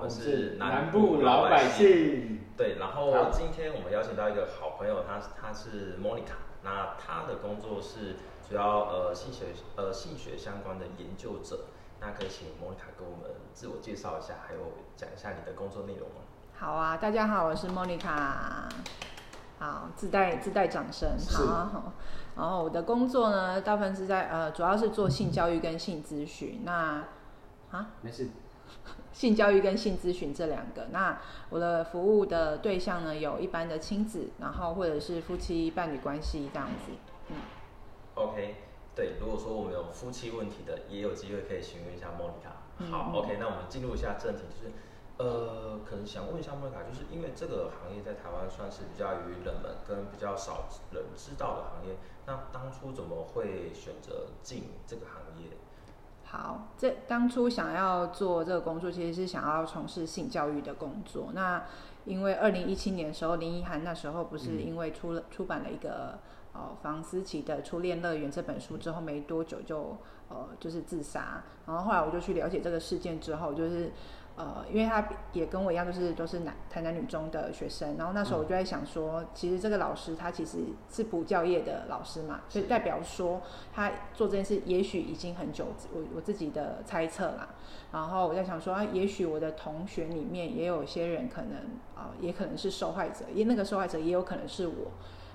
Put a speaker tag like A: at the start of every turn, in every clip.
A: 们
B: 是
A: 是
B: 南
A: 部
B: 部老
A: 百
B: 百。姓。
A: 对，然后
B: 好
A: 今天我们邀请到一个好朋友，他他是 Monica，那他的工作是主要呃性学呃性学相关的研究者。那可以请 Monica 给我们自我介绍一下，还有讲一下你的工作内容吗？
C: 好啊，大家好，我是莫妮卡。好，自带自带掌声。
B: 是
C: 好啊，好。然后我的工作呢，大部分是在呃，主要是做性教育跟性咨询。那啊，
B: 没事，
C: 性教育跟性咨询这两个。那我的服务的对象呢，有一般的亲子，然后或者是夫妻伴侣关系这样子。
A: OK，对，如果说我们有夫妻问题的，也有机会可以询问一下莫妮卡。
C: 嗯
A: 好，OK，那我们进入一下正题，就是呃，可能想问一下莫妮卡，就是因为这个行业在台湾算是比较于冷门跟比较少人知道的行业，那当初怎么会选择进这个行业？
C: 好，这当初想要做这个工作，其实是想要从事性教育的工作。那因为二零一七年的时候，林奕涵那时候不是因为出了、出版了一个呃房思琪的《初恋乐园》这本书之后，没多久就呃就是自杀。然后后来我就去了解这个事件之后，就是呃，因为他也跟我一样，就是都是男台南女中的学生。然后那时候我就在想说，其实这个老师他其实是补教业的老师嘛，所以
A: 是
C: 代表说他做这件事也许已经很久，我我自己的猜测啦。然后我在想说，啊、也许我的同学里面也有些人可能啊、呃也可能是受害者，因为那个受害者也有可能是我。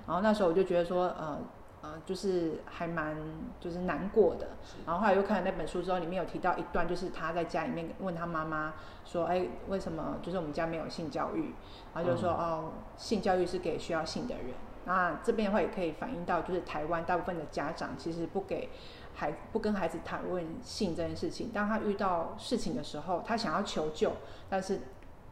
C: 然后那时候我就觉得说，呃呃，就是还蛮就是难过的。然后后来又看了那本书之后，里面有提到一段，就是他在家里面问他妈妈说：“哎，为什么就是我们家没有性教育？”然后就说：“哦，性教育是给需要性的人。”那这边的话也可以反映到，就是台湾大部分的家长其实不给孩不跟孩子谈论性这件事情。当他遇到事情的时候，他想要求救，但是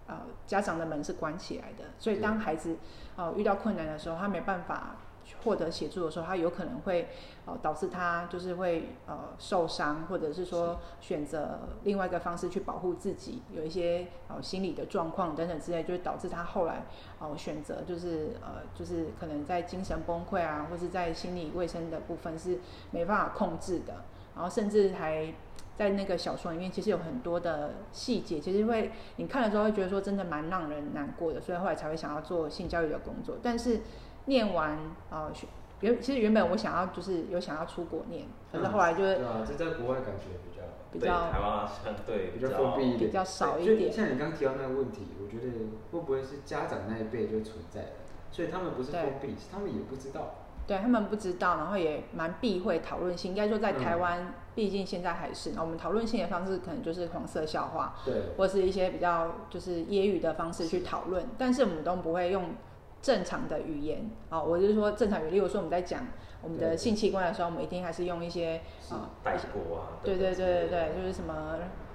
C: 呃家长的门是关起来的，所以当孩子呃遇到困难的时候，他没办法获得协助的时候，他有可能会呃导致他就是会呃受伤，或者是说选择另外一个方式去保护自己，有一些呃心理的状况等等之类，就会导致他后来哦，选择就是呃，就是可能在精神崩溃啊，或是在心理卫生的部分是没办法控制的，然后甚至还在那个小说里面，其实有很多的细节，其实会你看的时候会觉得说真的蛮让人难过的，所以后来才会想要做性教育的工作。但是念完呃，学原其实原本我想要就是有想要出国念，可是后来就
B: 对
C: 会
B: 啊，这在国外感觉比较
C: 比
A: 对
C: 较
A: 台湾相对
B: 比较封闭一
C: 比
B: 点，
C: 较少一
B: 就
C: 点。
B: 像你刚提到那个问题，我觉得会不会是家长那一辈就存在了，所以他们不是
C: 对
B: 封闭，是他们也不知道。
C: 对他们不知道，然后也蛮避讳讨论性。应该说，在
B: 嗯
C: 台湾，毕竟现在还是，那我们讨论性的方式可能就是黄色笑话，
B: 对，
C: 或是一些比较就是揶揄的方式去讨论，但是我们都不会用正常的语言哦。我就是说正常语言，例如说我们在讲我们
B: 对
C: 的性器官的时候，我们一定还是用一些
B: 是
C: 啊、
A: 带过啊，
C: 对对对对对，
A: 对，
C: 就是什么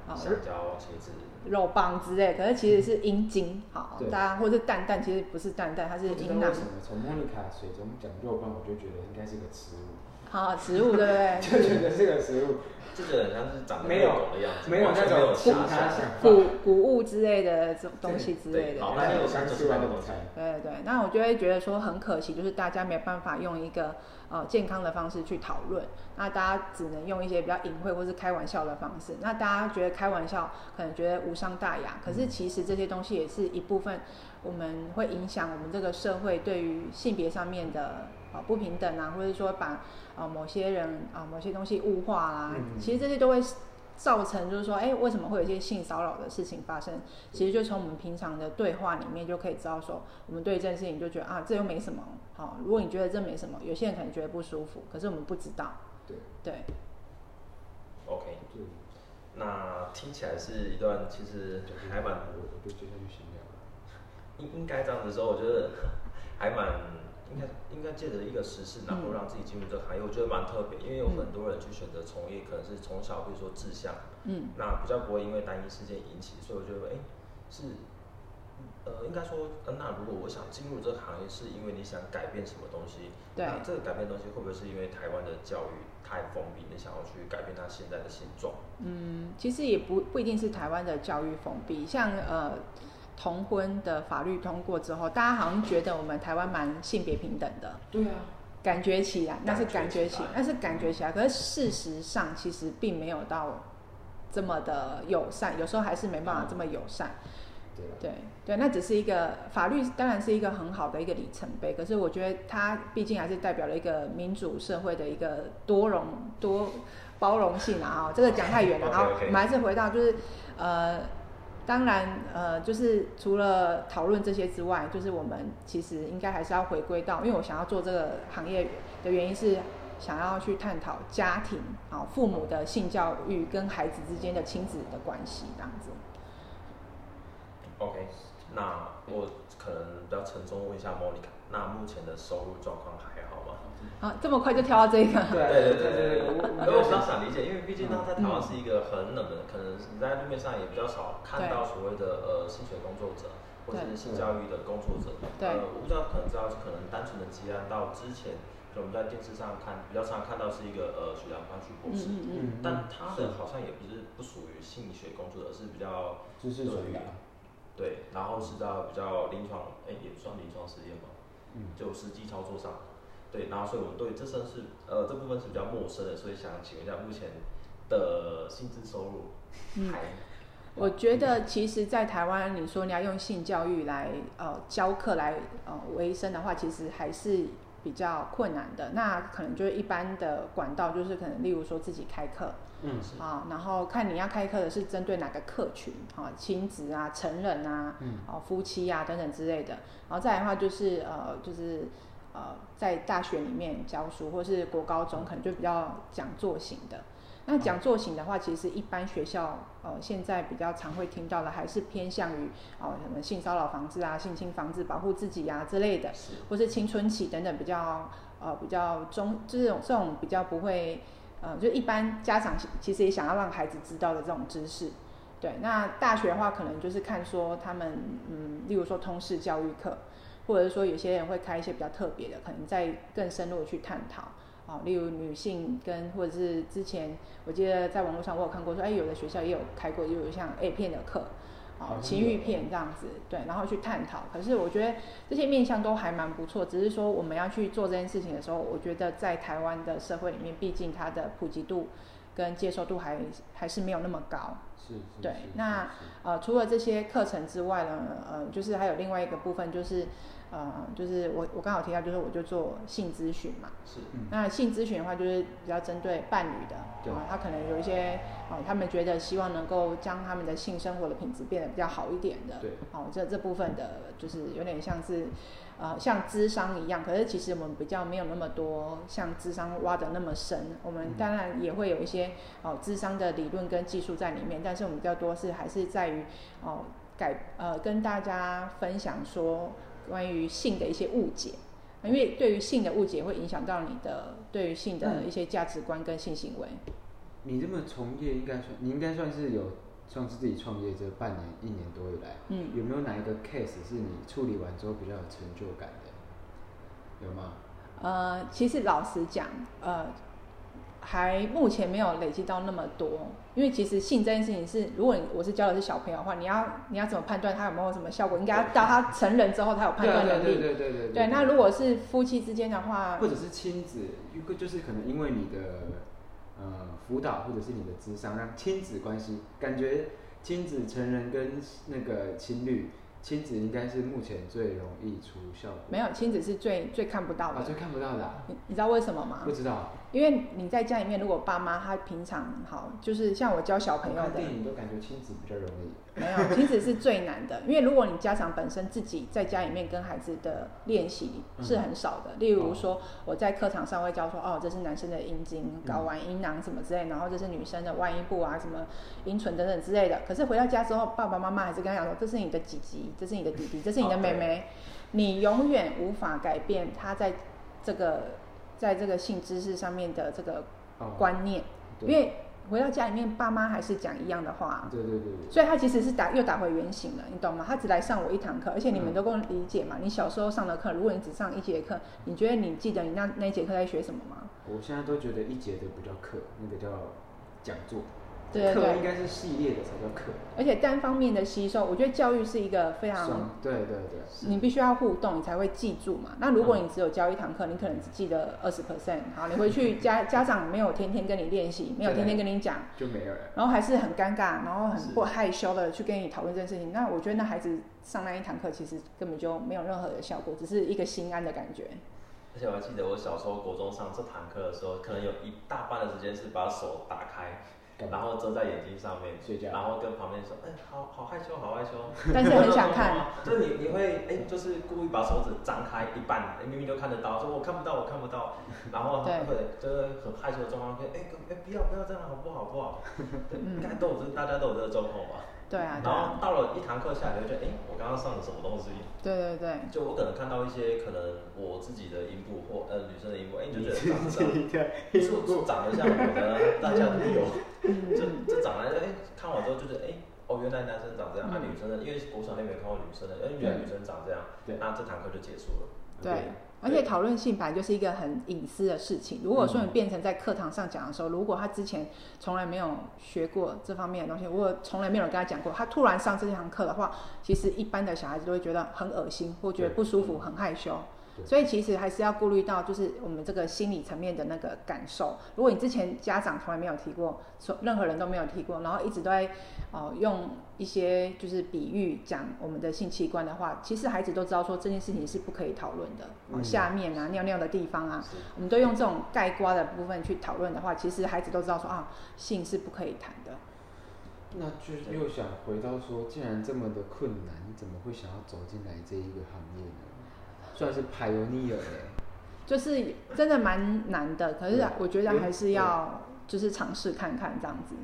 C: 啊、
A: 香蕉、茄子，
C: 肉棒之类，可是其实是阴茎，好
B: 对，
C: 大家或是蛋蛋，其实不是蛋蛋，它是
B: 不知道
C: 阴囊
B: 为什，么从莫妮卡水中讲肉棒，我就觉得应该是个食物，
C: 好植物 对不对？
B: 就觉得是个食物，
A: 这个很像是长得
B: 没有
A: 狗的样子，
B: 没有
A: 完
B: 那
A: 全没有
B: 种其
A: 遐
B: 他
A: 想。
B: 想
C: 谷
B: 法。
C: 谷物之类的这种东西之类
A: 对，
C: 的。
A: 老
B: 那
A: 半天
B: 有
A: 我想
B: 刚
A: 就是
B: 吃完
A: 那
B: 的
A: 个
B: 午
A: 东西
B: 餐，
C: 对对对，那我就会觉得说很可惜，就是大家没有办法用一个呃健康的方式去讨论，那大家只能用一些比较隐晦或是开玩笑的方式。那大家觉得开玩笑，可能觉得无伤大雅，可是其实这些东西也是一部分，我们会影响我们这个社会对于性别上面的呃不平等啊，或者说把呃某些人啊、呃某些东西物化啦、
B: 嗯
C: 其实这些都会造成就是说，哎、为什么会有一些性骚扰的事情发生？其实就从我们平常的对话里面就可以知道说，我们对这件事情就觉得啊，这又没什么。好、如果你觉得这没什么，有些人可能觉得不舒服，可是我们不知道。
B: 对
C: 对，
A: OK，
B: 就
A: 那听起来是一段其实还蛮
B: 我我就觉得去闲聊。
A: 应应该这样子说，我觉得还蛮应该应该借着一个时事，然后让自己进入这个行业，我觉得蛮特别，因为有很多人去选择从业，可能是从小比如说志向，
C: 嗯，
A: 那比较不会因为单一事件引起，所以我觉得哎、诶是。呃，应该说、呃，那如果我想进入这个行业，是因为你想改变什么东西？
C: 对
A: 那这个改变东西会不会是因为台湾的教育太封闭，你想要去改变它现在的现状？
C: 嗯，其实也不不一定是台湾的教育封闭，像呃同婚的法律通过之后，大家好像觉得我们台湾蛮性别平等的，
B: 对啊，
C: 感觉起来那是
A: 感
C: 感
A: 觉
C: 觉
A: 起
C: 起
A: 来
C: 来，那是感觉起来，可是事实上其实并没有到这么的友善，有时候还是没办法
B: 嗯
C: 这么友善。
B: 对吧？
C: 对对，那只是一个法律，当然是一个很好的一个里程碑。可是我觉得它毕竟还是代表了一个民主社会的一个多容多包容性啊、哦。这个讲太远了，好，
A: OK，OK
C: 我们还是回到就是呃，当然呃，就是除了讨论这些之外，就是我们其实应该还是要回归到，因为我想要做这个行业的原因是。想要去探讨家庭啊、哦父母的性教育跟孩子之间的亲子的关系这样子。
A: OK，那我可能比较沉重问一下 Monica，那目前的收入状况还好吗？
C: 啊，这么快就跳到这个，
B: 对啊对对对嗯对，我
A: 因为我
B: 我
A: 比较
B: 想
A: 想理解，因为毕竟他在台湾是一个很冷门，可能你在路面上也比较少看到所谓的呃性学工作者或者是
C: 对
A: 性教育的工作者。
C: 对
A: 呃，我不知道可能知道，可能单纯的积压到之前，就我们在电视上看比较常看到是一个呃学长关系博
C: 嗯
A: 士，
C: 嗯嗯，
B: 嗯，
A: 但他的好像也不是不属于性学工作者，是比较
B: 知识传达，
A: 对，然后是到比较临床，哎、也不算临床实验吧，
B: 嗯，
A: 就实际操作上，对，然后所以我们对这身是呃这部分是比较陌生的，所以想请问一下目前的薪资收入
C: 嗯
A: 还、
C: 我觉得其实，在台湾，你说你要用性教育来呃教课来呃维生的话，其实还是比较困难的。那可能就是一般的管道，就是可能例如说自己开课
B: 嗯
A: 是
C: 啊、然后看你要开课的是针对哪个客群啊，亲子啊、成人啊、
B: 嗯
C: 哦夫妻啊等等之类的。然后再来的话就是呃就是呃在大学里面教书，或是国高中可能就比较讲座型的。那讲座型的话，其实一般学校呃现在比较常会听到的，还是偏向于哦什么性骚扰防治啊、性侵防治、保护自己啊之类的，
A: 是
C: 或是青春期等等比较呃比较中这种这种比较不会呃就一般家长其实也想要让孩子知道的这种知识。对，那大学的话，可能就是看说他们嗯，例如说通识教育课，或者是说有些人会开一些比较特别的，可能再更深入的去探讨。哦，例如女性跟或者是之前我记得在网络上我有看过说，哎，有的学校也有开过，也有像 A 片的课，
B: 好
C: 哦，
B: 像
C: 情
B: 有
C: 欲片这样子，对，然后去探讨。可是我觉得这些面向都还蛮不错，只是说我们要去做这件事情的时候，我觉得在台湾的社会里面，毕竟它的普及度跟接受度还还是没有那么高。
B: 是是，
C: 对
B: 是是
C: 那
B: 是
C: 呃，除了这些课程之外呢，呃，就是还有另外一个部分，就是呃，就是我我刚好提到，就是我就做性咨询嘛。
A: 是
C: 那性咨询的话，就是比较针对伴侣的，
B: 对
C: 啊，他可能有一些啊、他们觉得希望能够将他们的性生活的品质变得比较好一点的，
B: 对，
C: 哦，这这部分的，就是有点像是，呃，像智商一样，可是其实我们比较没有那么多像智商挖的那么深，我们当然也会有一些哦智商的理论跟技术在里面，但是我们比较多是还是在于哦改呃跟大家分享说关于性的一些误解。因为对于性的误解会影响到你的对于性的一些价值观跟性行为。
B: 你这么从业应该算，你应该算是有算是自己创业这半年一年多以来，
C: 嗯，
B: 有没有哪一个 case 是你处理完之后比较有成就感的？有吗？
C: 呃，其实老实讲，呃，还目前没有累积到那么多，因为其实性这件事情是，如果你我是教的是小朋友的话，你要你要怎么判断他有没有什么效果？应该要到他成人之后，他有判
B: 对啊
C: 断
B: 对啊
C: 能
B: 对
C: 力。
B: 对对对
C: 对，那如果是夫妻之间的话
B: 或，者是亲子，如果就是可能因为你的呃辅导或者是你的智商，让亲子关系感觉亲子成人跟那个情侣，亲子应该是目前最容易出效果。
C: 没有亲子是最最看不到
B: 啊，
C: 的。
B: 最看不到的啊、
C: 你你知道为什么吗
B: 不？知道。
C: 因为你在家里面，如果爸妈他平常好，就是像我教小朋
B: 我
C: 友
B: 看
C: 的，
B: 电影都感觉亲子比较容易。
C: 没 有，亲子是最难的，因为如果你家长本身自己在家里面跟孩子的练习哦是很少的，例如说我在课堂上会教说，哦，这是男生的阴茎、睾丸、阴囊什么之类，然后这是女生的外阴部啊、什么阴唇等等之类的。可是回到家之后，爸爸妈妈还是跟他讲说，这是你的姐姐，这是你的弟弟，这是你的妹妹，你永远无法改变他在这个在这个性知识上面的这个
B: 哦，
C: 观念，因
B: 对
C: 为回到家里面，爸妈还是讲一样的话、
B: 对对对对，
C: 所以他其实是打又打回原形了，你懂吗？他只来上我一堂课，而且你们都跟我理解嘛。你小时候上的课，如果你只上一节课，你觉得你记得你那那一节课在学什么吗？
B: 我现在都觉得一节的不叫课，那个叫讲座。
C: 对
B: 课
C: 对
B: 应，该是系列的才叫课，
C: 而且单方面的吸收，我觉得教育是一个非常
B: 双对对对，
C: 啊你必须要互动，你才会记住嘛。那如果你只有教一堂课，你可能只记得二十 percent。好，你回去 家家长没有天天跟你练习，没有天天跟你讲，
B: 就没有了。
C: 然后还是很尴尬，然后很
A: 是
C: 不害羞的去跟你讨论这件事情。那我觉得那孩子上那一堂课其实根本就没有任何的效果，只是一个心安的感觉。
A: 而且我还记得我小时候国中上这堂课的时候，可能有一大半的时间是把手打开，
B: 嗯
A: 然后遮在眼睛上面
B: 睡觉
A: 然后跟旁边说：“哎、好好害羞，好害羞。”
C: 但是很想看，
A: 就你你会哎、就是故意把手指张开一半，哎明明就看得到，说我看不到，我看不到，然后
C: 对
A: 会就是很害羞的状况，就哎哎不要不要这样，好不好好不 好？对
C: 嗯
A: 应该都有这大家都有这个状况吧。
C: 对啊，对
A: 然
C: 啊
A: 后，到了一堂课下来，你会觉得哎、我刚刚上了什么东西？
C: 对对对，
A: 就我可能看到一些可能我自己的音部或呃女生的音部，哎、你
B: 你
A: 就觉
B: 自
A: 得长得
B: 己的
A: 是不是长得像 我的，大家都有。
C: 嗯
A: 就
C: 嗯，
A: 就长来，哎、看完之后就是，哎、哦，原来男生长这样，啊，
C: 嗯
A: 女生的，因为国小那边看过女生的，哎、原来女生长这样，
B: 对
A: 那这堂课就结束了。
C: 对。而且讨论性本来就是一个很隐私的事情。如果说你变成在课堂上讲的时候，如果他之前从来没有学过这方面的东西，我从来没有人跟他讲过，他突然上这堂课的话，其实一般的小孩子都会觉得很恶心，或觉得不舒服、很害羞。
B: 对
C: 所以其实还是要顾虑到，就是我们这个心理层面的那个感受。如果你之前家长从来没有提过，从任何人都没有提过，然后一直都在哦、用一些就是比喻讲我们的性器官的话，其实孩子都知道说这件事情是不可以讨论的，哦、
B: 嗯
C: 下面啊、尿尿的地方啊，
A: 是
C: 我们都用这种盖瓜的部分去讨论的话，其实孩子都知道说啊，性是不可以谈的。
B: 那就是又想回到说，既然这么的困难，你怎么会想要走进来这一个行业呢？算是 pioneer 哎、
C: 就是真的蛮难的，可是
B: 嗯
C: 我觉得还是
B: 嗯
C: 要就是尝试看看这样子，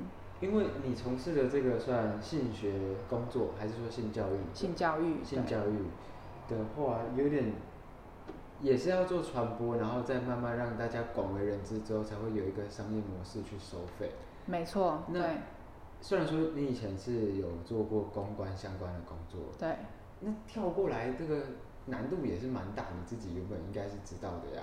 B: 因为你从事的这个算性学工作，还是说性教育？
C: 性教育，
B: 性
C: 对
B: 教育的话，有点也是要做传播，然后再慢慢让大家广为人知之后，才会有一个商业模式去收费。
C: 没错，
B: 那
C: 对
B: 虽然说你以前是有做过公关相关的工作，
C: 对。
B: 那跳过来这个难度也是蛮大，你自己原本应该是知道的呀。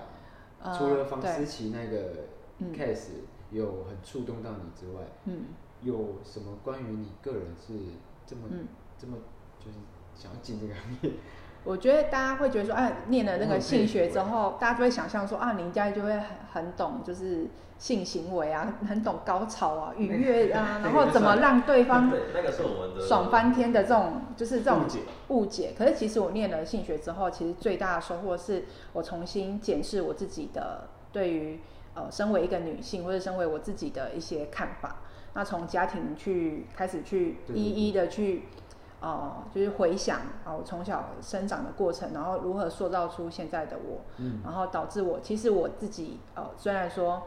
C: 呃
B: 除了房
C: 对
B: 思琪那个
C: 嗯
B: case 有很触动到你之外，
C: 嗯，
B: 有什么关于你个人是这么、
C: 嗯
B: 这么就是想要进这个行业？
C: 我觉得大家会觉得说，哎、念了那个性学之后，大家就会想象说，啊，你应该就会很很懂，就是性行为啊， 很懂高潮啊、愉悦 啊，然后怎么让对方
A: 对，那个是我们的
C: 爽翻天的这种，就是这种
B: 误解
C: 误解。可是其实我念了性学之后，其实最大的收获是我重新检视我自己的对于呃，身为一个女性或者身为我自己的一些看法。那从家庭去开始去
B: 对对对
C: 一一的去。哦、就是回想啊、我从小生长的过程，然后如何塑造出现在的我，
B: 嗯
C: 然后导致我其实我自己呃，虽然说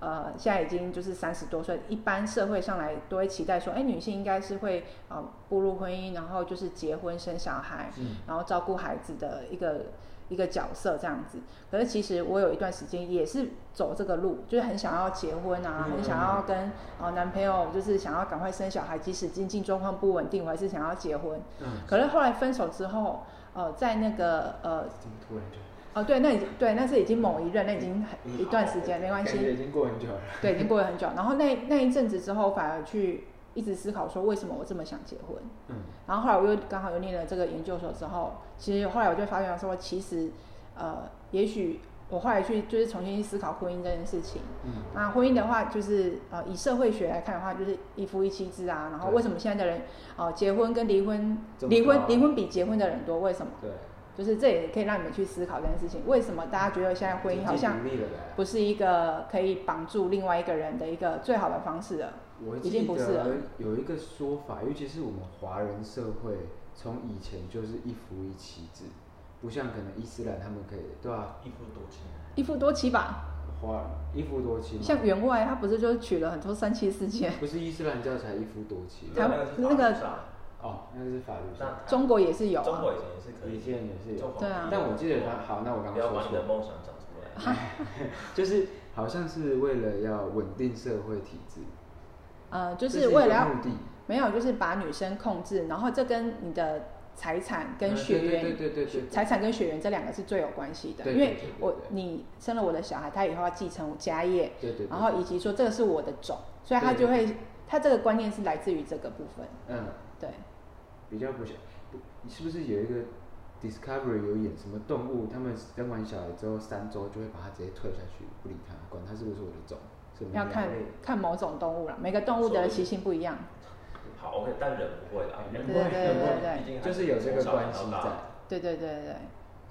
C: 呃现在已经就是三十多岁，一般社会上来都会期待说，哎，女性应该是会呃步入婚姻，然后就是结婚生小孩，
B: 嗯
C: 然后照顾孩子的一个一个角色这样子。可是其实我有一段时间也是走这个路，就是很想要结婚啊，
B: 嗯
C: 很想要跟呃男朋友就是想要赶快生小孩，即使经济状况不稳定，我还是想要结婚。
B: 嗯，
C: 可是后来分手之后，呃，在那个呃
B: 怎么突然就？
C: 哦，对，那已经对，那是已经某一任，那已经很一段时间，没关
B: 感觉
C: 系，
B: 已经过很久了。
C: 对，已经过了很久。然后那那一阵子之后，反而去一直思考说，为什么我这么想结婚？
B: 嗯，
C: 然后后来我又刚好又念了这个研究所之后，其实后来我就发现说，其实呃，也许我后来去就是重新思考婚姻这件事情。
B: 嗯
C: 那婚姻的话，就是呃，以社会学来看的话，就是一夫一妻制啊。然后
B: 对
C: 为什么现在的人呃结婚跟离婚，
B: 这么
C: 离婚
B: 高啊
C: 离婚比结婚的人多？为什么？
B: 对，
C: 就是这也可以让你们去思考这件事情，为什么大家觉得现在婚姻好像
B: 经济独立了呗
C: 不是一个可以绑住另外一个人的一个最好的方式了？
B: 我
C: 已
B: 记
C: 经不是啊了
B: 得有一个说法，尤其是我们华人社会，从以前就是一夫一妻制，不像可能伊斯兰他们可以，对吧、
A: 一夫多妻。
C: 一夫多妻吧，
B: 华一夫多妻嘛，
C: 像员外他不是就娶了很多三妻四妾？
B: 不是伊斯兰教才一夫多妻
C: 台
A: 对
C: 湾
A: 那个是
C: 那个
A: 法
B: 哦，那个是法律
A: 律上
B: 上，
A: 那
C: 中国也是有、
A: 中
C: 啊，
A: 国以前也是可
B: 以
A: 以。
B: 前也是
A: 中
B: 有，
A: 国
C: 对啊
B: 但我记得他好，那我刚
A: 不要
B: 刚
A: 把
B: 说
A: 你的
B: 错，
A: 梦想讲出来。
B: 就是好像是为了要稳定社会体制，
C: 呃，就
B: 这
C: 是
B: 一
C: 为
B: 个
C: 了要
B: 目的，
C: 没有，就是把女生控制，然后这跟你的财产跟
B: 嗯
C: 血
B: 对
C: 缘
B: 对对对对对，
C: 财产跟血缘这两个是最有关系的，
B: 对
C: 因为
B: 对对对
C: 我
B: 对
C: 你生了我的小孩，他以后要继承我家业，
B: 对对对
C: 然后以及说这个是我的种，所以他
B: 对
C: 就会。他这个观念是来自于这个部分，
B: 嗯，
C: 对，
B: 比较不小，不，你是不是有一个 Discovery 有演什么动物，他们生完小孩之后三周就会把它直接推下去，不理它，管它是不是我的种，什么
C: 要看
B: 鸟类
C: 看某种动物啦，每个动物的习性不一样，
A: 好，OK，但人不会啦，人不
C: 对
A: 会，
C: 对
A: 人不
C: 对对
A: 会，毕竟还
B: 就是有这个
A: 从小
B: 关
A: 养
B: 系
A: 到大
B: 在。
C: 对对对对对。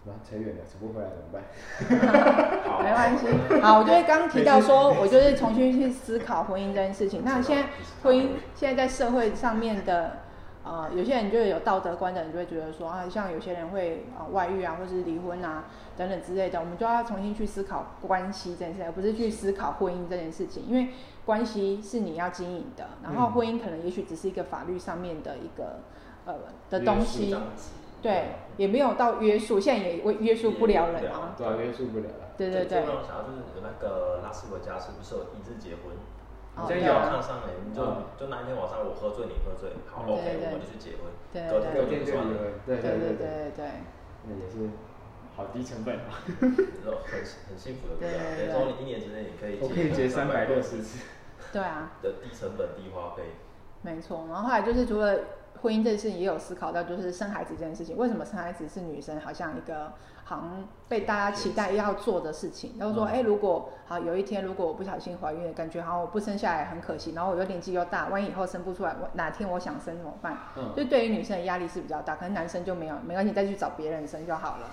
B: 什么扯远了，扯不回来怎么办？
A: 好
C: 没关系。好，我就是刚刚提到说，我就是重新去思考婚姻这件事情。那现在婚姻现在在社会上面的，呃，有些人就有道德观的人就会觉得说啊，像有些人会啊、呃外遇啊，或是离婚啊等等之类的，我们就要重新去思考关系这件事，而不是去思考婚姻这件事情，因为关系是你要经营的，然后
B: 嗯
C: 婚姻可能也许只是一个法律上面的一个呃的东
A: 一
C: 西
A: 张，纸
C: 对，也没有到约束，现在也我约束不了人啊，
B: 对啊，约束不了了。
C: 对对对
A: 最。让我想到就是有那个拉斯维加斯不是有一致结婚？
C: 哦
A: 你在
B: 真
C: 对
A: 摇
C: 啊
A: 炕上面，你就
B: 嗯
A: 就那一天晚上我喝醉你喝醉，好
B: 对
A: OK，
C: 对
A: 我们就去结 婚。
C: 对
A: 隔
C: 对啊
B: 有
A: 天
B: 电
A: 就
B: 就
A: 算
B: 离
A: 了，
B: 婚，对啊
C: 对对
B: 对
C: 对，对对，
B: 那也是好低成本啊，
A: 然后很很幸福的对啊。
C: 对
A: 等于
C: 对
A: 说你一年之内你可以
B: 我可以结三百
A: 多
B: 六十次。
C: 对啊，
A: 的低成本低花费。
C: 没错。然后后来就是除了婚姻这件事情，也有思考到就是生孩子这件事情，为什么生孩子是女生好像一个好像被大家期待要做的事情，然后说，
B: 嗯
C: 哎、如果好有一天如果我不小心怀孕了，感觉好像我不生下来很可惜，然后我又年纪又大，万一以后生不出来，我哪天我想生怎么办？
B: 嗯，
C: 就对于啊女生的压力是比较大，可能男生就没有，没关系，再去找别人生就好了。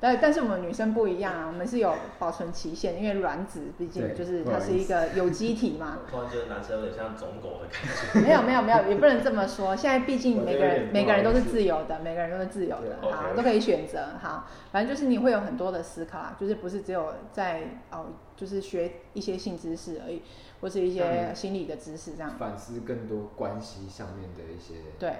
C: 但但是我们女生不一样啊，我们是有保存期限，因为卵子毕竟
B: 对
C: 就是
B: 不好
C: 它
B: 意思
C: 是一个有机体
B: 啊
C: 嘛。
A: 突然觉得男生有点像种狗的感觉。
C: 没有没有没有，也不能这么说。现在毕竟每
B: 我觉
C: 个
B: 得有点
C: 人每个人都是
B: 不好意思
C: 自由的，每个人都是自由
A: 对
C: 的，
A: ，OK，
C: 好
A: OK
C: 都可以选择。好，反正就是你会有很多的思考啊，就是不是只有在哦，就是学一些性知识而已，或是一些
B: 嗯
C: 心理的知识这样。
B: 反思更多关系上面的一些
C: 对，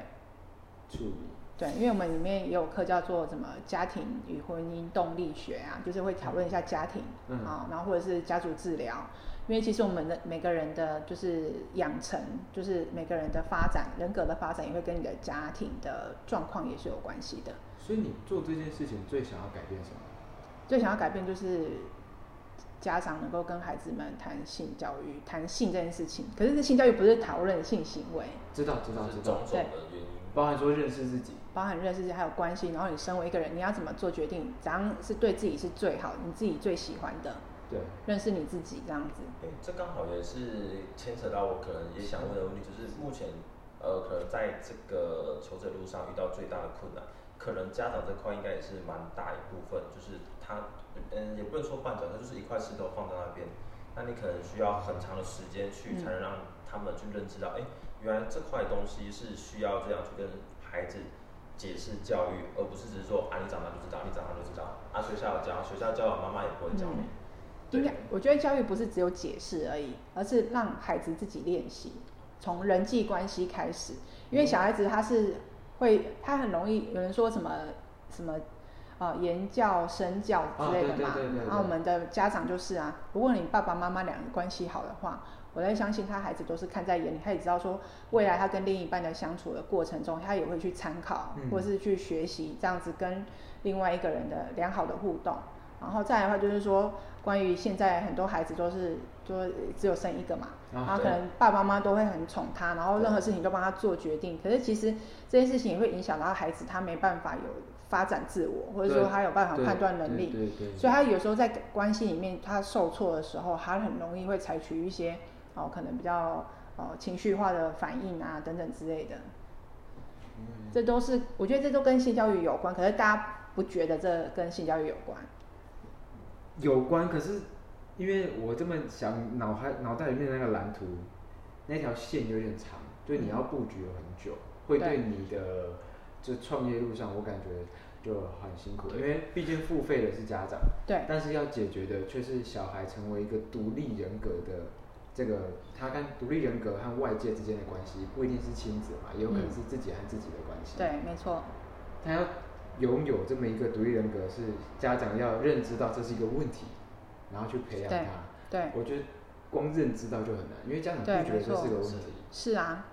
B: 处理。
C: 对，因为我们里面也有课叫做什么家庭与婚姻动力学啊，就是会讨论一下家庭
B: 嗯
C: 啊、然后或者是家族治疗，因为其实我们的每个人的就是养成，就是每个人的发展、人格的发展，也会跟你的家庭的状况也是有关系的。
B: 所以你做这件事情最想要改变什么？
C: 最想要改变就是家长能够跟孩子们谈性教育、谈性这件事情，可是性教育不是讨论性行为，
B: 知道知
A: 就
B: 道知
A: 是
B: 道
A: 种，种的原因。
B: 包含说认识自己，
C: 包含认识还有关系，然后你身为一个人，你要怎么做决定，怎样是对自己是最好，你自己最喜欢的，
B: 对，
C: 认识你自己这样子。
A: 哎，这刚好也是牵扯到我可能也想问的问题，就是目前呃，可能在这个求职路上遇到最大的困难，可能家长这块应该也是蛮大一部分，就是他嗯，也不能说绊脚石，就是一块石头放在那边，那你可能需要很长的时间去
C: 嗯
A: 才能让他们去认知到，哎、原来这块东西是需要这样去跟孩子。解释教育，而不是只是说啊，你长大就知道，你长大就知道啊，学校有教，学校教了，妈妈也不会教你。对
C: 嗯应该，我觉得教育不是只有解释而已，而是让孩子自己练习，从人际关系开始。因为
B: 嗯
C: 小孩子他是会，他很容易有人说什么什么，呃，言教身教之类的嘛
B: 啊对对对对。对
C: 然后我们的家长就是啊，如果你爸爸妈妈两个关系好的话，我在相信他孩子都是看在眼里，他也知道说未来他跟另一半的相处的过程中，他也会去参考，
B: 嗯
C: 或是去学习这样子跟另外一个人的良好的互动。然后再来的话就是说，关于现在很多孩子都是就只有生一个嘛，
B: 啊
C: 然后可
A: 对
C: 能爸爸妈妈都会很宠他，然后任何
A: 对
C: 事情都帮他做决定。可是其实这件事情也会影响到孩子，他没办法有发展自我，或者说
B: 对
C: 他有办法
B: 对
C: 判断能力。
B: 对对对，
C: 所以他有时候在关系里面，他受挫的时候，他很容易会采取一些哦，可能比较哦情绪化的反应啊等等之类的。
B: 嗯
C: 这都是我觉得这都跟性教育有关，可是大家不觉得这跟性教育有关。
B: 有关，可是因为我这么想，脑海脑袋里面那个蓝图那条线有点长，就你要布局有很久，会对
C: 对
B: 你的就创业路上，我感觉就很辛苦，因为毕竟付费的是家长，
C: 对
B: 但是要解决的却是小孩成为一个独立人格的。这个他跟独立人格和外界之间的关系，不一定是亲子嘛，也有可能
C: 嗯
B: 是自己和自己的关系。
C: 对，没错，
B: 他要拥有这么一个独立人格，是家长要认知到这是一个问题，然后去培养
C: 对
B: 他。
C: 对，
B: 我觉得光认知到就很难，因为家长不
C: 对
B: 觉得
C: 没
B: 这是
C: 错
B: 个问题，
C: 是啊，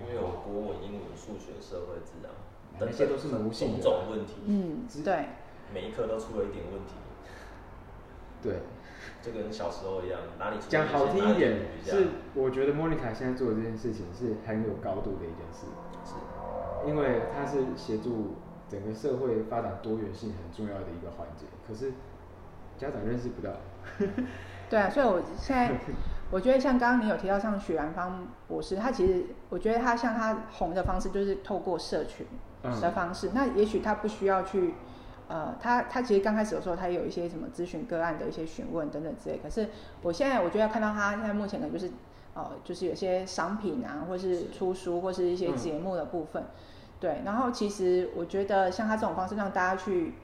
A: 因为有国文、英文、数学、社会、自然，
B: 嗯那些都是奴性
A: 种
B: 的。
A: 种问题，
C: 嗯，对，
A: 每一科都出了一点问题。
B: 对，
A: 就跟小时候一样，哪里出
B: 讲好听一点，是
A: 是
B: 我觉得莫妮卡现在做的这件事情是很有高度的一件事，
A: 是
B: 因为它是协助整个社会发展多元性很重要的一个环节。可是家长认识不到，
C: 对啊，所以我现在我觉得像刚刚你有提到像许兰芳博士，他其实我觉得他像他红的方式就是透过社群的
B: 嗯，
C: 方式，那也许他不需要去。呃，他他其实刚开始的时候，他也有一些什么咨询个案的一些询问等等之类。可是我现在我觉得看到他现在目前可能就是，呃，就是有些商品啊，或是出书，或是一些
B: 嗯
C: 节目的部分，对。然后其实我觉得像他这种方式让大家去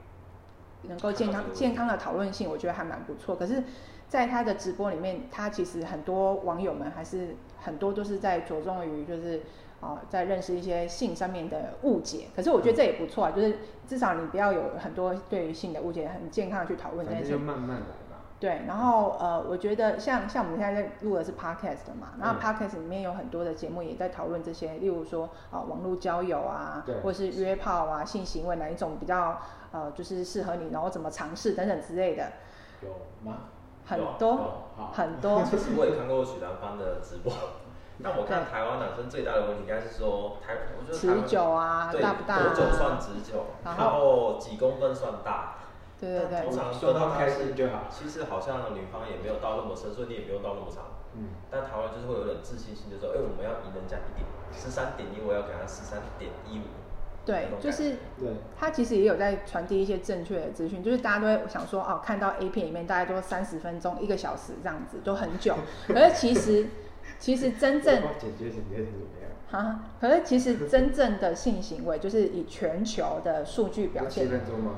C: 能够健
A: 看到这个问
C: 康
A: 题
C: 健康的讨论性，我觉得还蛮不错。可是，在他的直播里面，他其实很多网友们还是很多都是在着重于就是哦、在认识一些性上面的误解。可是我觉得这也不
B: 嗯
C: 错啊，就是至少你不要有很多对于性的误解，很健康的去讨论这
B: 反
C: 件
B: 正
C: 事
B: 就。慢慢来吧。
C: 对，然后呃，我觉得像像我们现在在录的是 podcast 嘛，然后
B: 嗯
C: podcast 里面有很多的节目也在讨论这些，例如说啊、网络交友啊
B: 对，
C: 或是约炮啊，性行为哪一种比较呃就是适合你，然后怎么尝试等等之类的，
B: 有吗？
C: 很
A: 有啊有
C: 多
A: 啊
B: 哦好，
C: 很多
A: 其实我也看过许兰芳的直播，但我看台湾男生最大的问题应该是说台，我觉得台
C: 持
A: 湾
C: 久啊，
A: 对
C: 大不大、
A: 多
C: 啊？
A: 久算持久，
C: 然
A: 然
C: 后
A: 后几公分算大，
C: 对对
A: 但
C: 对
A: 通，常
B: 啊说到开心就好。
A: 其实好像女方也没有到那么深，所以你也不用到那么长。
B: 嗯，
A: 但台湾就是会有点自信心，就说，哎、我们要赢人家一点，十三点一，我要给他十三点一五。
C: 对
A: 那种，
C: 就
A: 感
C: 是
A: 觉
B: 对，
C: 他其实也有在传递一些正确的资讯，就是大家都会想说，哦，看到 A 片里面大概都三十分钟、一个小时这样子，都很 久。可是其实，其实真正
B: 不知道解决解决成怎么样？
C: 啊，可是其实真正的性行为，就是以全球的数据表
B: 有七
C: 现，
B: 分钟吗？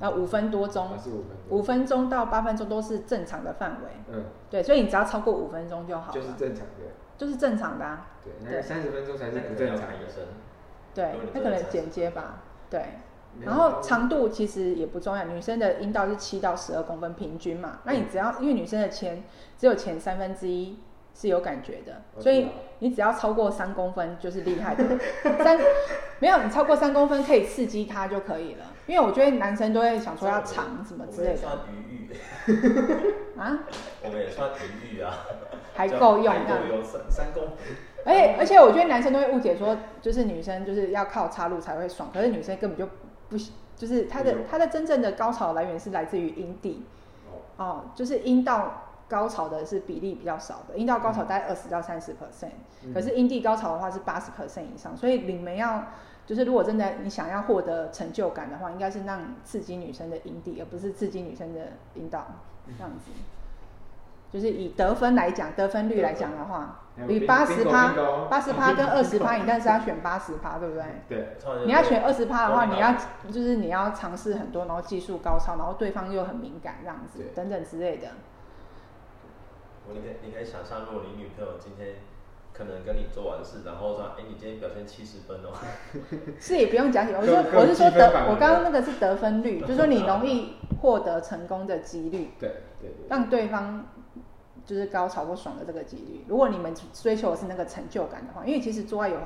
C: 呃，五分多钟
B: 还，是五分钟？
C: 五分钟到八分钟都是正常的范围。
B: 嗯，
C: 对，所以你只要超过五分钟就好了，
B: 就是正常的。
C: 就是正常的啊。
B: 对，那个三十分钟才是
A: 那可
B: 不
A: 能
B: 正
A: 要
B: 常
A: 看医
B: 的。
A: 生。
C: 对
A: 如果，你真
C: 那
A: 的
C: 可能
A: 30
C: 剪接吧。对，
B: 没有
C: 然后长度其实也不重要，女生的阴道是七到十二公分平均嘛，那你只要因为女生的前只有前三分之一是有感觉的，
B: 我知道
C: 所以你只要超过三公分就是厉害的，三没有你超过三公分可以刺激它就可以了，因为我觉得男生都会想说要长什么之
A: 我
C: 类的
A: 们也算余欲，
C: 啊，
A: 我们也算余欲啊，
C: 还够用
A: 还
C: 这样
A: 够用三三公分。
C: 而且哎而且，我觉得男生都会误解说，就是女生就是要靠插入才会爽，可是女生根本就不喜，就是她的
B: 没有
C: 她的真正的高潮来源是来自于阴蒂
B: 哦
C: 哦，就是阴道高潮的是比例比较少的，阴道高潮大概二十到三十 percent，
B: 嗯
C: 可是阴蒂高潮的话是八十 percent 以上，所以你们要就是如果真的你想要获得成就感的话，应该是让刺激女生的阴蒂，而不是刺激女生的阴道这样子。就是以得分来讲，得分率来讲的话
B: 还，有
C: 以
B: bingo-
C: 哎八十趴
B: bingo、
C: 八十趴跟二十趴，你但是要选八十趴，对不对？
B: 对，
A: 突然就
C: 你要选二十趴的话，
A: 我
C: 你
A: 懂
C: 要就是你要尝试很多，然后技术高超，然后对方又很敏感，这样子
B: 对
C: 等等之类的。
A: 我你可以哦你可以想象，如果你女朋友今天可能跟你做完事，然后说，哎、你今天表现七十分哦，
C: 是也不用讲解，我是
B: 各
C: 说
B: 各
C: 我是说
B: 积分
C: 得
B: 法嘛，
C: 我刚刚那个是得分率，就是说你容易获得成功的几率，
B: 对对对，
C: 让对方就是高潮或爽的这个几率。如果你们追求的是那个成就感的话，因为其实做爱有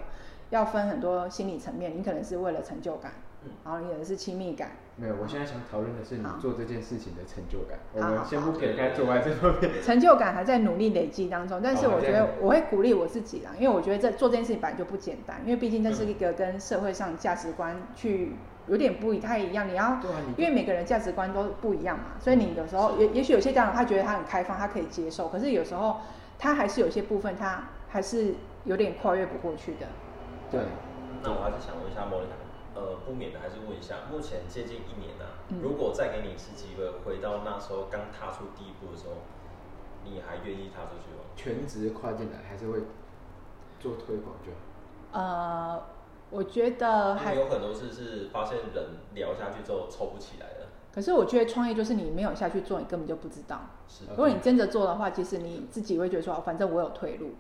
C: 要分很多心理层面，你可能是为了成就感，
A: 嗯
C: 然后你可能是亲密感，
B: 没有，我现在想讨论的是你
C: 好
B: 做这件事情的成就感。我
C: 好好
B: 们先不撇开做完这方面。
C: 成就感还在努力累积当中，但是
B: 哦
C: 我觉
B: 这样
C: 得我会鼓励我自己啦，因为我觉得这做这件事情本来就不简单，因为毕竟这是一个跟社会上价值观去有点不太一样，你要
B: 对啊，
C: 因为每个人价值观都不一样嘛，所以你有时候也也许有些家长他觉得他很开放，他可以接受，可是有时候他还是有些部分他还是有点跨越不过去的。
B: 对，
C: 嗯
A: 那我还是想问一下莫妮卡，呃，不免的还是问一下，目前接近一年了、啊
C: 嗯，
A: 如果再给你一次机会，回到那时候刚踏出第一步的时候，你还愿意踏出去吗？
B: 全职跨进来还是会做推广就好。
C: 呃，我觉得
A: 因为
C: 呃还，
A: 有很多事是发现人聊下去之后抽不起来了，
C: 可是我觉得创业就是你没有下去做，你根本就不知道。
A: 是
B: 嗯
C: 如果你真的做的话，其实你自己会觉得说，哦反正我有退路，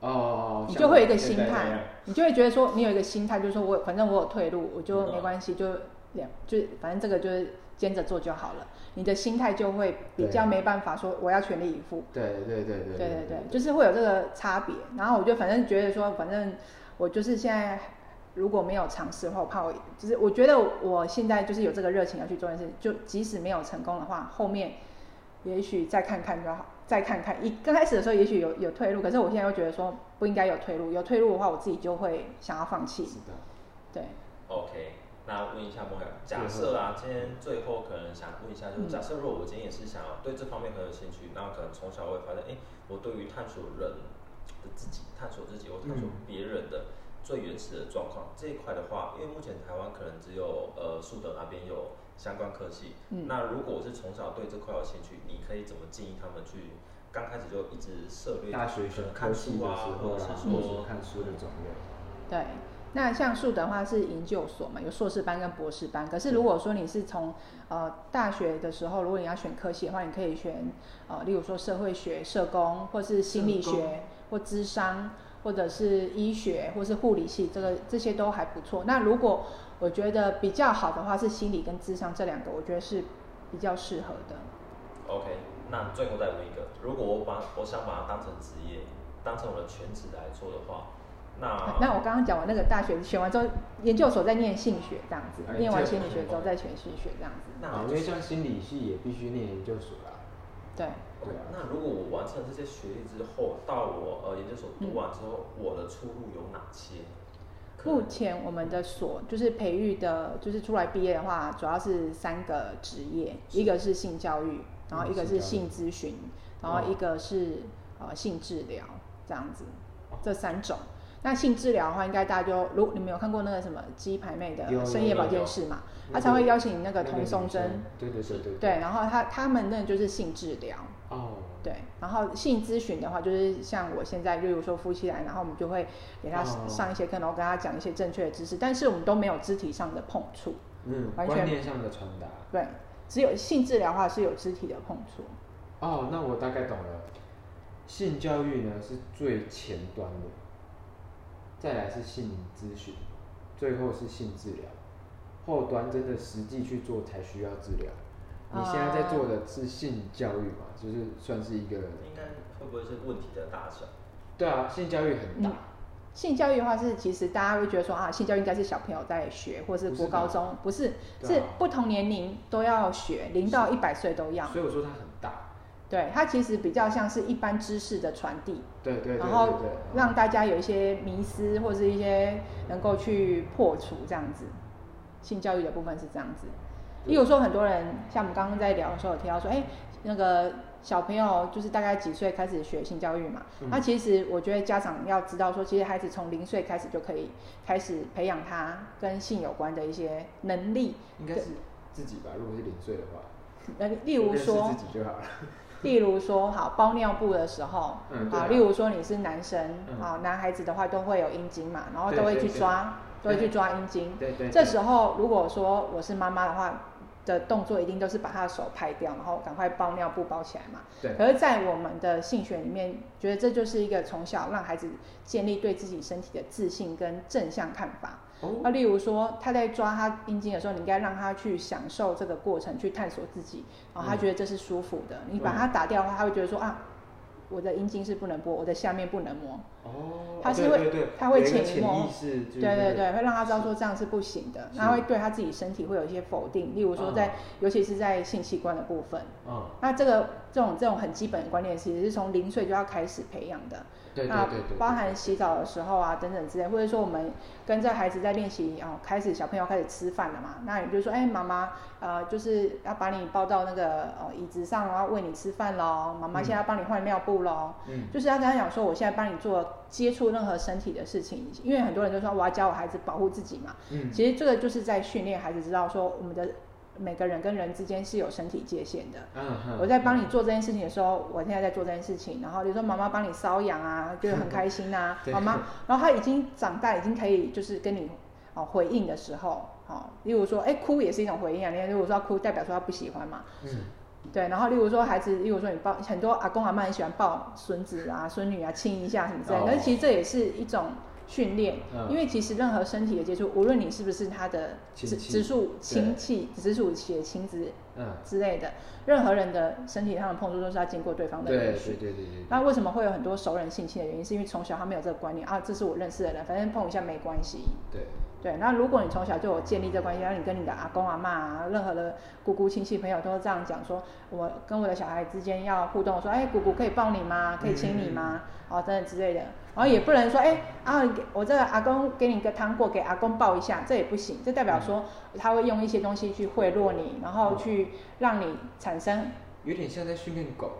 B: 哦哦，哦
C: 你
B: 像
C: 就会有一
B: 我
C: 个
B: 现
C: 心
B: 在那样
C: 态，你就会觉得说，你有一个心态，就是说我反正我有退路，我就
A: 嗯
C: 没关系，就两就反正这个就是兼着做就好了。你的心态就会比较
B: 对
C: 没办法说我要全力以赴，
B: 对对对对
C: 对对对，就是会有这个差别。然后我就反正觉得说，反正我就是现在如果没有尝试的话，我怕我就是我觉得我现在就是有这个热情要去做一件事，就即使没有成功的话，后面也许再看看就好，再看看。一刚开始的时候，也许有有退路，可是我现在又觉得说不应该有退路，有退路的话，我自己就会想要放弃。
B: 是的，
C: 对，
A: OK，那问一下莫雅，假设啊，今天最后可能想问一下，就是
C: 嗯
A: 假设如果我今天也是想要对这方面很有兴趣，呃那可能从小我会发现，哎、我对于探索人的自己、探索自己或探索
B: 嗯
A: 别人的最原始的状况、这一块的话，因为目前台湾可能只有呃树德那边有相关科系，
C: 嗯
A: 那如果我是从小对这块有兴趣，你可以怎么建议他们去？刚开始就一直涉猎
B: 大学
A: 可
B: 选
A: 能
B: 科
A: 看
B: 系
A: 书
B: 的
A: 啊
B: 时，候
A: 或者
B: 啦，
A: 是
B: 或者
A: 说
B: 是看书的种类，
C: 对，那像树的话是研究所嘛，有硕士班跟博士班。可是如果说你是从呃大学的时候，如果你要选科系的话，你可以选呃，例如说社会学、社工，或是心理
B: 社
C: 学
B: 工
C: 或智商，或者是医学或是护理系，这个这些都还不错。那如果我觉得比较好的话，是心理跟智商这两个，我觉得是比较适合的。
A: OK，那最后再问一个，如果我把我想把它当成职业，当成我的全职来做的话，
B: 啊
A: 那
C: 啊那我刚刚讲完那个大学选完之后，研究所再念性学这样子
B: 哎，
C: 念完
B: 这
C: 心
B: 个
C: 理学之后再选性学这样子，
A: 那
B: 因为像心理系也必须念研究所啊啦。
C: 对。
A: OK，那如果我完成这些学历之后，到我呃研究所
C: 嗯
A: 读完之后，我的出路有哪些？可
C: 目
A: 能
C: 前我们的所就是培育的，就是出来毕业的话，主要是三个职业，一个是性教育，然后一个是性咨询，然
B: 哦
C: 后一个是呃性治疗，这样子，这三种。那性治疗的话，应该大家就如你们有看过那个什么鸡排妹
B: 有有
C: 的深夜保健室嘛，他才会邀请那个童松针，，
B: 对对对对
C: 对，然后他他们那就是性治疗，
B: 哦，
C: 对，然后性咨询的话，就是像我现在，例如说夫妻来，然后我们就会给他
B: 哦
C: 上一些课，然后跟他讲一些正确的知识，但是我们都没有肢体上的碰触，
B: 嗯，
C: 完全
B: 观念上的传达。
C: 对，只有性治疗的话是有肢体的碰触，
B: 哦，那我大概懂了。性教育呢是最前端的，再来是性咨询，最后是性治疗，后端真的实际去做才需要治疗。你现在在做的是性教育嘛，就是算是一个，
C: 啊
A: 应该会不会是问题的大 小？
B: 对啊，性教育很大，
C: 性教育的话是，其实大家会觉得说啊，性教育应该是小朋友在学，或是
B: 不是
C: 国
B: 的
C: 高中，不是，
B: 对
C: 是
B: 啊
C: 不同年龄都要学，零到一百岁都要。
B: 所以我说它很大，
C: 对，它其实比较像是一般知识的传递，
B: 对对对对
C: 然后
B: 对，嗯
C: 让大家有一些迷思或是一些能够去破除这样子。性教育的部分是这样子，
B: 对
C: 例如说很多人像我们刚刚在聊的时候有提到说，哎、那个小朋友就是大概几岁开始学性教育嘛？
B: 嗯
C: 那其实我觉得家长要知道说，其实孩子从零岁开始就可以开始培养他跟性有关的一些能力，
B: 应该是自己吧，如果是零岁的话，
C: 呃，例如说啊
B: 认识自己就好了，
C: 例如说，好包尿布的时候，
B: 嗯对
C: 啊
B: 啊，
C: 例如说你是男生，
B: 嗯
C: 啊，男孩子的话都会有阴茎嘛，然后
B: 对
C: 都会
B: 对
C: 去
B: 对
C: 抓，都会去
B: 对
C: 抓阴茎。
B: 对对，
C: 这时候如果说我是妈妈的话，的动作一定都是把他的手拍掉，然后赶快包尿布包起来嘛。
B: 对
C: 可是，在我们的性学里面，觉得这就是一个从小让孩子建立对自己身体的自信跟正向看法。
B: 哦
C: 那例如说，他在抓他阴茎的时候，你应该让他去享受这个过程，去探索自己，然后他
B: 嗯
C: 觉得这是舒服的。你把它打掉的话，他会觉得说啊，我的阴茎是不能摸，我的下面不能摸。
B: 哦，
C: 它是
B: 对
C: 会
B: 对对
C: 它会
B: 有一个
C: 潜移
B: 潜
C: 默
B: 意识，
C: 对对对，，会让他知道说这样是嗯不行的，
B: 是
C: 那会对他自己身体会有一些否定，例如说在，尤其是在性器官的部分。
B: 嗯，
C: 那这个这种这种很基本的观念，其实是从零岁就要开始培养的。
B: 对对
C: 那
B: 对对，
C: 啊包含洗澡的时候啊，等等之类，或者说我们跟着孩子在练习哦，开始小朋友开始吃饭了嘛，那你就说，哎、妈妈，呃，就是要把你抱到那个呃椅子上，然后喂你吃饭喽，妈妈
B: 嗯
C: 现在要帮你换尿布喽，
B: 嗯
C: 就是要跟他讲说，我现在帮你做接触任何身体的事情，因为很多人都说我要教我孩子保护自己嘛，
B: 嗯，
C: 其实这个就是在训练孩子知道说我们的。每个人跟人之间是有身体界限的，
B: 嗯哼，
C: 我在帮你做这件事情的时候，我现在在做这件事情，然后比如说妈妈帮你瘙痒啊，觉得很开心啊
B: 对
C: 好吗？然后他已经长大，已经可以就是跟你哦回应的时候，哦，例如说，哎，哭也是一种回应啊。你看，如果说他哭，代表说他不喜欢嘛，
B: 嗯
C: 对。然后例如说孩子，例如说你抱很多阿公阿妈很喜欢抱孙子啊、孙女啊，亲一下什么之类的，
B: 哦
C: 但是其实这也是一种。训练，
B: 嗯
C: 因为其实任何身体的接触，无论你是不是他的
B: 亲
C: 直
B: 戚
C: 直属亲
B: 对
C: 戚、直属血亲子
B: 嗯，
C: 之类的，任何人的身体上的碰触都是要经过对方的
B: 对对
C: 允
B: 对
C: 许。
B: 对对，
C: 那为什么会有很多熟人性侵的原因，是因为从小他没有这个观念啊，这是我认识的人，反正碰一下没关系。
B: 对
C: 对，那如果你从小就有建立这关系，然后你跟你的阿公阿妈、啊、任何的姑姑亲戚朋友都这样讲说，我跟我的小孩之间要互动，说，哎，姑姑可以抱你吗？可以亲你吗？哦，等等之类的，然后也不能说，哎，啊，我这个阿公给你个糖果，给阿公抱一下，这也不行，这代表说他会用一些东西去贿赂你，然后去让你产生
B: 有点像在训练狗，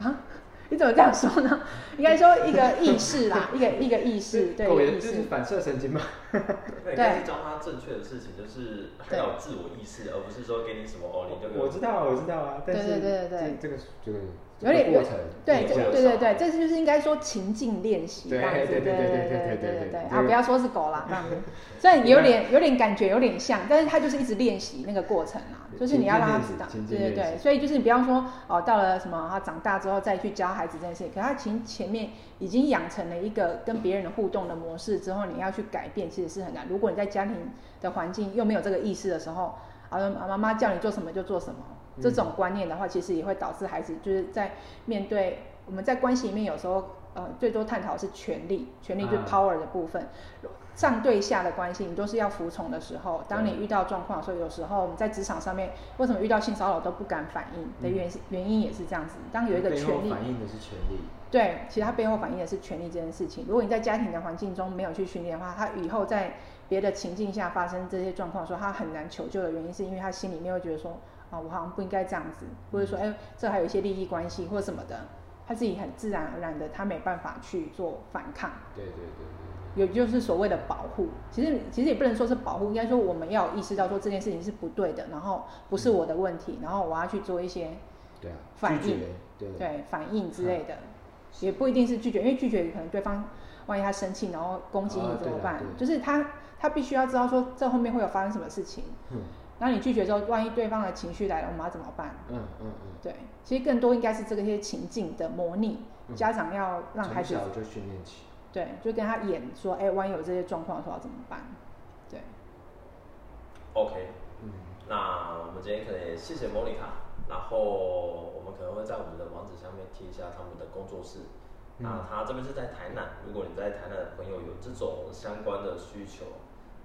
C: 啊，你怎么这样说呢？应该说一个意识啦，一个一个意识，对，一
B: 狗
C: 个
B: 也
C: 意
B: 就
C: 识
B: 是。反射神经嘛。
A: 那你该是教他正确的事情，就是他要有自我意识，而不是说给你什么哦，你就给
B: 我知道啊，我知道啊，但是
C: 对对对对
B: 这这个这个
C: 有点
B: 这个过程，
C: 对，
A: 有
C: 这
A: 点像
C: 对对对，这就是应该说情境练习这
B: 对
C: 样子，
B: 对
C: 对
B: 对
C: 对
B: 对对对
C: 对对
B: 对
C: 对
B: 对
C: 啊！
B: 对
C: 不要说是狗啦，这样子，虽然有点有点感觉有点像，但是它就是一直练习那个过程啊，就是你要让他知道，
B: 情境
C: 对对
B: 练习情境练
C: 对，
B: 习
C: 所以就是你不要说哦，到了什么他长大之后再去教孩子这件事情，可他前前面已经养成了一个跟别人的互动的模式之后，你要去改变其实是很难。如果你在家庭的环境又没有这个意识的时候，啊妈妈叫你做什么就做什么，这
B: 嗯
C: 种观念的话，其实也会导致孩子就是在面对我们在关系里面有时候呃最多探讨是权力，权力就是
B: 啊
C: power 的部分。上对下的关系，你都是要服从的时候。当你
A: 对
C: 遇到状况的时候，有时候我们在职场上面，为什么遇到性骚扰都不敢反应的原、原因也是这样子。当有一个
B: 嗯背
C: 权
B: 后
C: 利，
B: 反映的是权力，
C: 对，其实它背后反映的是权利这件事情。如果你在家庭的环境中没有去训练的话，他以后在别的情境下发生这些状况的时候，他很难求救的原因，是因为他心里面会觉得说，啊，我好像不应该这样子，或者说，哎，这还有一些利益关系或什么的，他自己很自然而然的，他没办法去做反抗。
B: 对对对
C: 有就是所谓的保护，其实其实也不能说是保护，应该说我们要有意识到说这件事情是不对的，然后不是我的问题，然后我要去做一些
B: 对对啊，
C: 反应
B: 拒绝，对
C: 对反应之类的，
B: 嗯
C: 也不一定是拒绝，因为拒绝可能对方万一他生气然后攻击你
B: 啊
C: 怎么
B: 对啊
C: 办？
B: 对
C: 就是他他必须要知道说这后面会有发生什么事情，
B: 嗯
C: 那你拒绝之后，万一对方的情绪来了，我们要怎么办？
B: 嗯嗯嗯，
C: 对，其实更多应该是这个些情境的模拟，
B: 嗯
C: 家长要让孩子
B: 从小就训练起，
C: 对，就跟他演说，哎、万一有这些状况的时候要怎么办？对。
A: OK。
B: 嗯，
A: 那我们今天可能也谢谢莫妮卡，然后我们可能会在我们的网址上面贴一下他们的工作室。
B: 嗯
A: 那他这边是在台南，如果你在台南的朋友有这种相关的需求，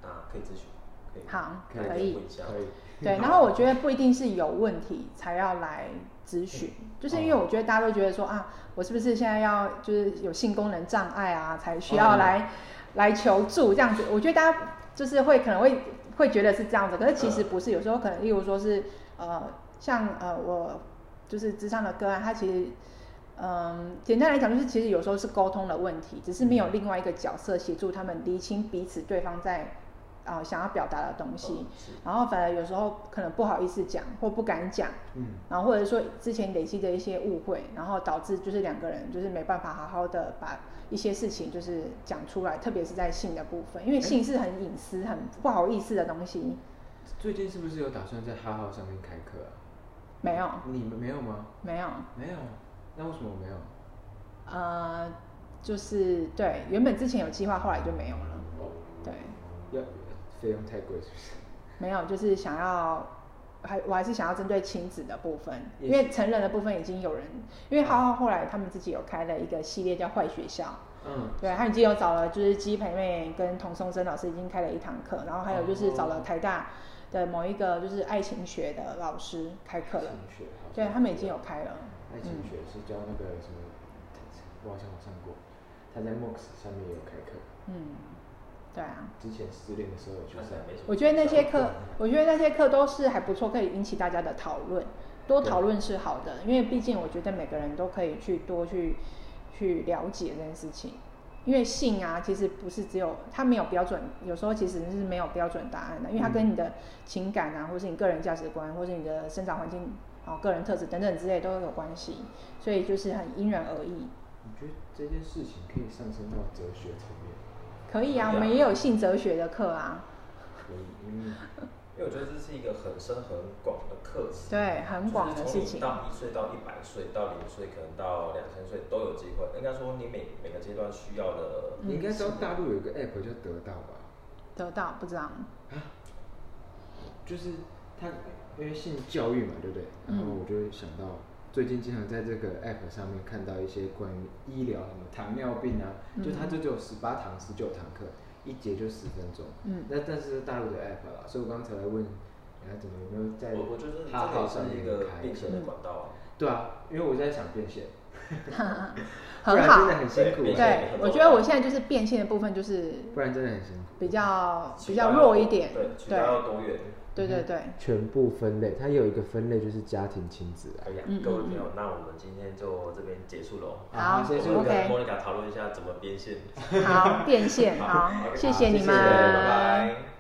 A: 那可以咨询，可以
C: 好，
B: 可
C: 可
A: 以
C: 以
A: 问。一下。
B: 嗯可以，
C: 对，然后我觉得不一定是有问题才要来咨询，就是因为我觉得大家都觉得说啊，我是不是现在要就是有性功能障碍啊，才需要
B: 嗯
C: 来、来求助这样子？我觉得大家就是会可能会会觉得是这样子，可是其实不是，有时候可能例如说是呃，像呃我就是智商的个案，它其实。嗯，简单来讲，就是其实有时候是沟通的问题，只是没有另外一个角色协助他们厘清彼此对方在啊、呃想要表达的东西。
A: 嗯是
C: 然后反而有时候可能不好意思讲或不敢讲，
B: 嗯
C: 然后或者说之前累积的一些误会，然后导致就是两个人就是没办法好好的把一些事情就是讲出来，特别是在性的部分，因为性是很隐私、很不好意思的东西。
B: 最近是不是有打算在哈号上面开课啊？
C: 没有，
B: 你们没有吗？
C: 没有，
B: 没有，那为什么我没有？
C: 呃，就是对，原本之前有计划，后来就没有了。对，
B: 要费用太贵是不是？
C: 没有，就是想要。还我还是想要针对亲子的部分，
B: 也
C: 因为成人的部分已经有人，因为浩浩后来他们自己有开了一个系列叫坏学校，
B: 嗯，
C: 对，他已经有找了，就是鸡培妹跟童松生老师已经开了一堂课，然后还有就是找了台大的某一个就是爱情学的老师开课
B: 爱，
C: 了
B: 情学好像
C: 对他嗯们已经有开了，
B: 爱情学是教那个什么，我好像有上过，他在 MOX 上面也有开课，
C: 嗯，对啊，
B: 之前失恋的时候有去
A: 看起
B: 上
A: 来，没什么
C: 我觉得那些课
A: 想法，
C: 我觉得那些课都是还不错，可以引起大家的讨论，多讨论是好的，因为毕竟我觉得每个人都可以去多去去了解这件事情。因为性啊，其实不是只有它没有标准，有时候其实是没有标准答案的，因为它跟你的情感啊，或是你个人价值观，或是你的生长环境啊、个人特质等等之类都有关系，所以就是很因人而异。
B: 你觉得这件事情可以上升到哲学层面？
C: 可以
A: 对啊
C: 啊，我们也有性哲学的课啊，
B: 可以，嗯，
A: 因为我觉得这是一个很深很广的课题。
C: 对，很广的事
A: 就是从
C: 情
A: 你。到一岁到一百岁，到零岁可能到两千岁都有机会。应该说你每每个阶段需要的，
B: 你应该知道大陆有一个 app 叫得到吧？
C: 得到不知道，
B: 就是它因为性教育嘛，对不对？
C: 嗯
B: 然后我就会想到，最近经常在这个 app 上面看到一些关于医疗什么糖尿病啊，
C: 嗯
B: 就它就只有十八堂、十九堂课，一节就十分钟。
C: 嗯，
B: 那但是大陆的 app 啦，所以我刚才来问，你要怎么有没有在
A: 我我觉得
B: 他
A: 这
B: 好
A: 也
B: 像
A: 是一
B: 没
A: 个
B: 开
A: 变现
C: 嗯
A: 的管道啊，
B: 对啊，因为我在想变现，不
C: 很
B: 然真
C: 好
B: 的。很辛苦啊
A: 对，
C: 对，我觉得我现在就是变现的部分就是
B: 不然真的很辛苦。
C: 比较比较弱一点，
A: 对，渠道
C: 对
A: 要多元。
C: 对对对，
B: 全部分类，它有一个分类就是家庭亲子啊。
A: 哎呀
C: 嗯，
A: 各位朋友，那我们今天就这边结束喽。
C: 好
B: 结束
A: 我们
B: 了
C: OK
A: 跟莫
C: 嗯
A: 妮卡讨论一下怎么变现。
C: 好变现，好，
A: 好
C: 谢谢你
A: 谢
C: 们，
A: 拜拜。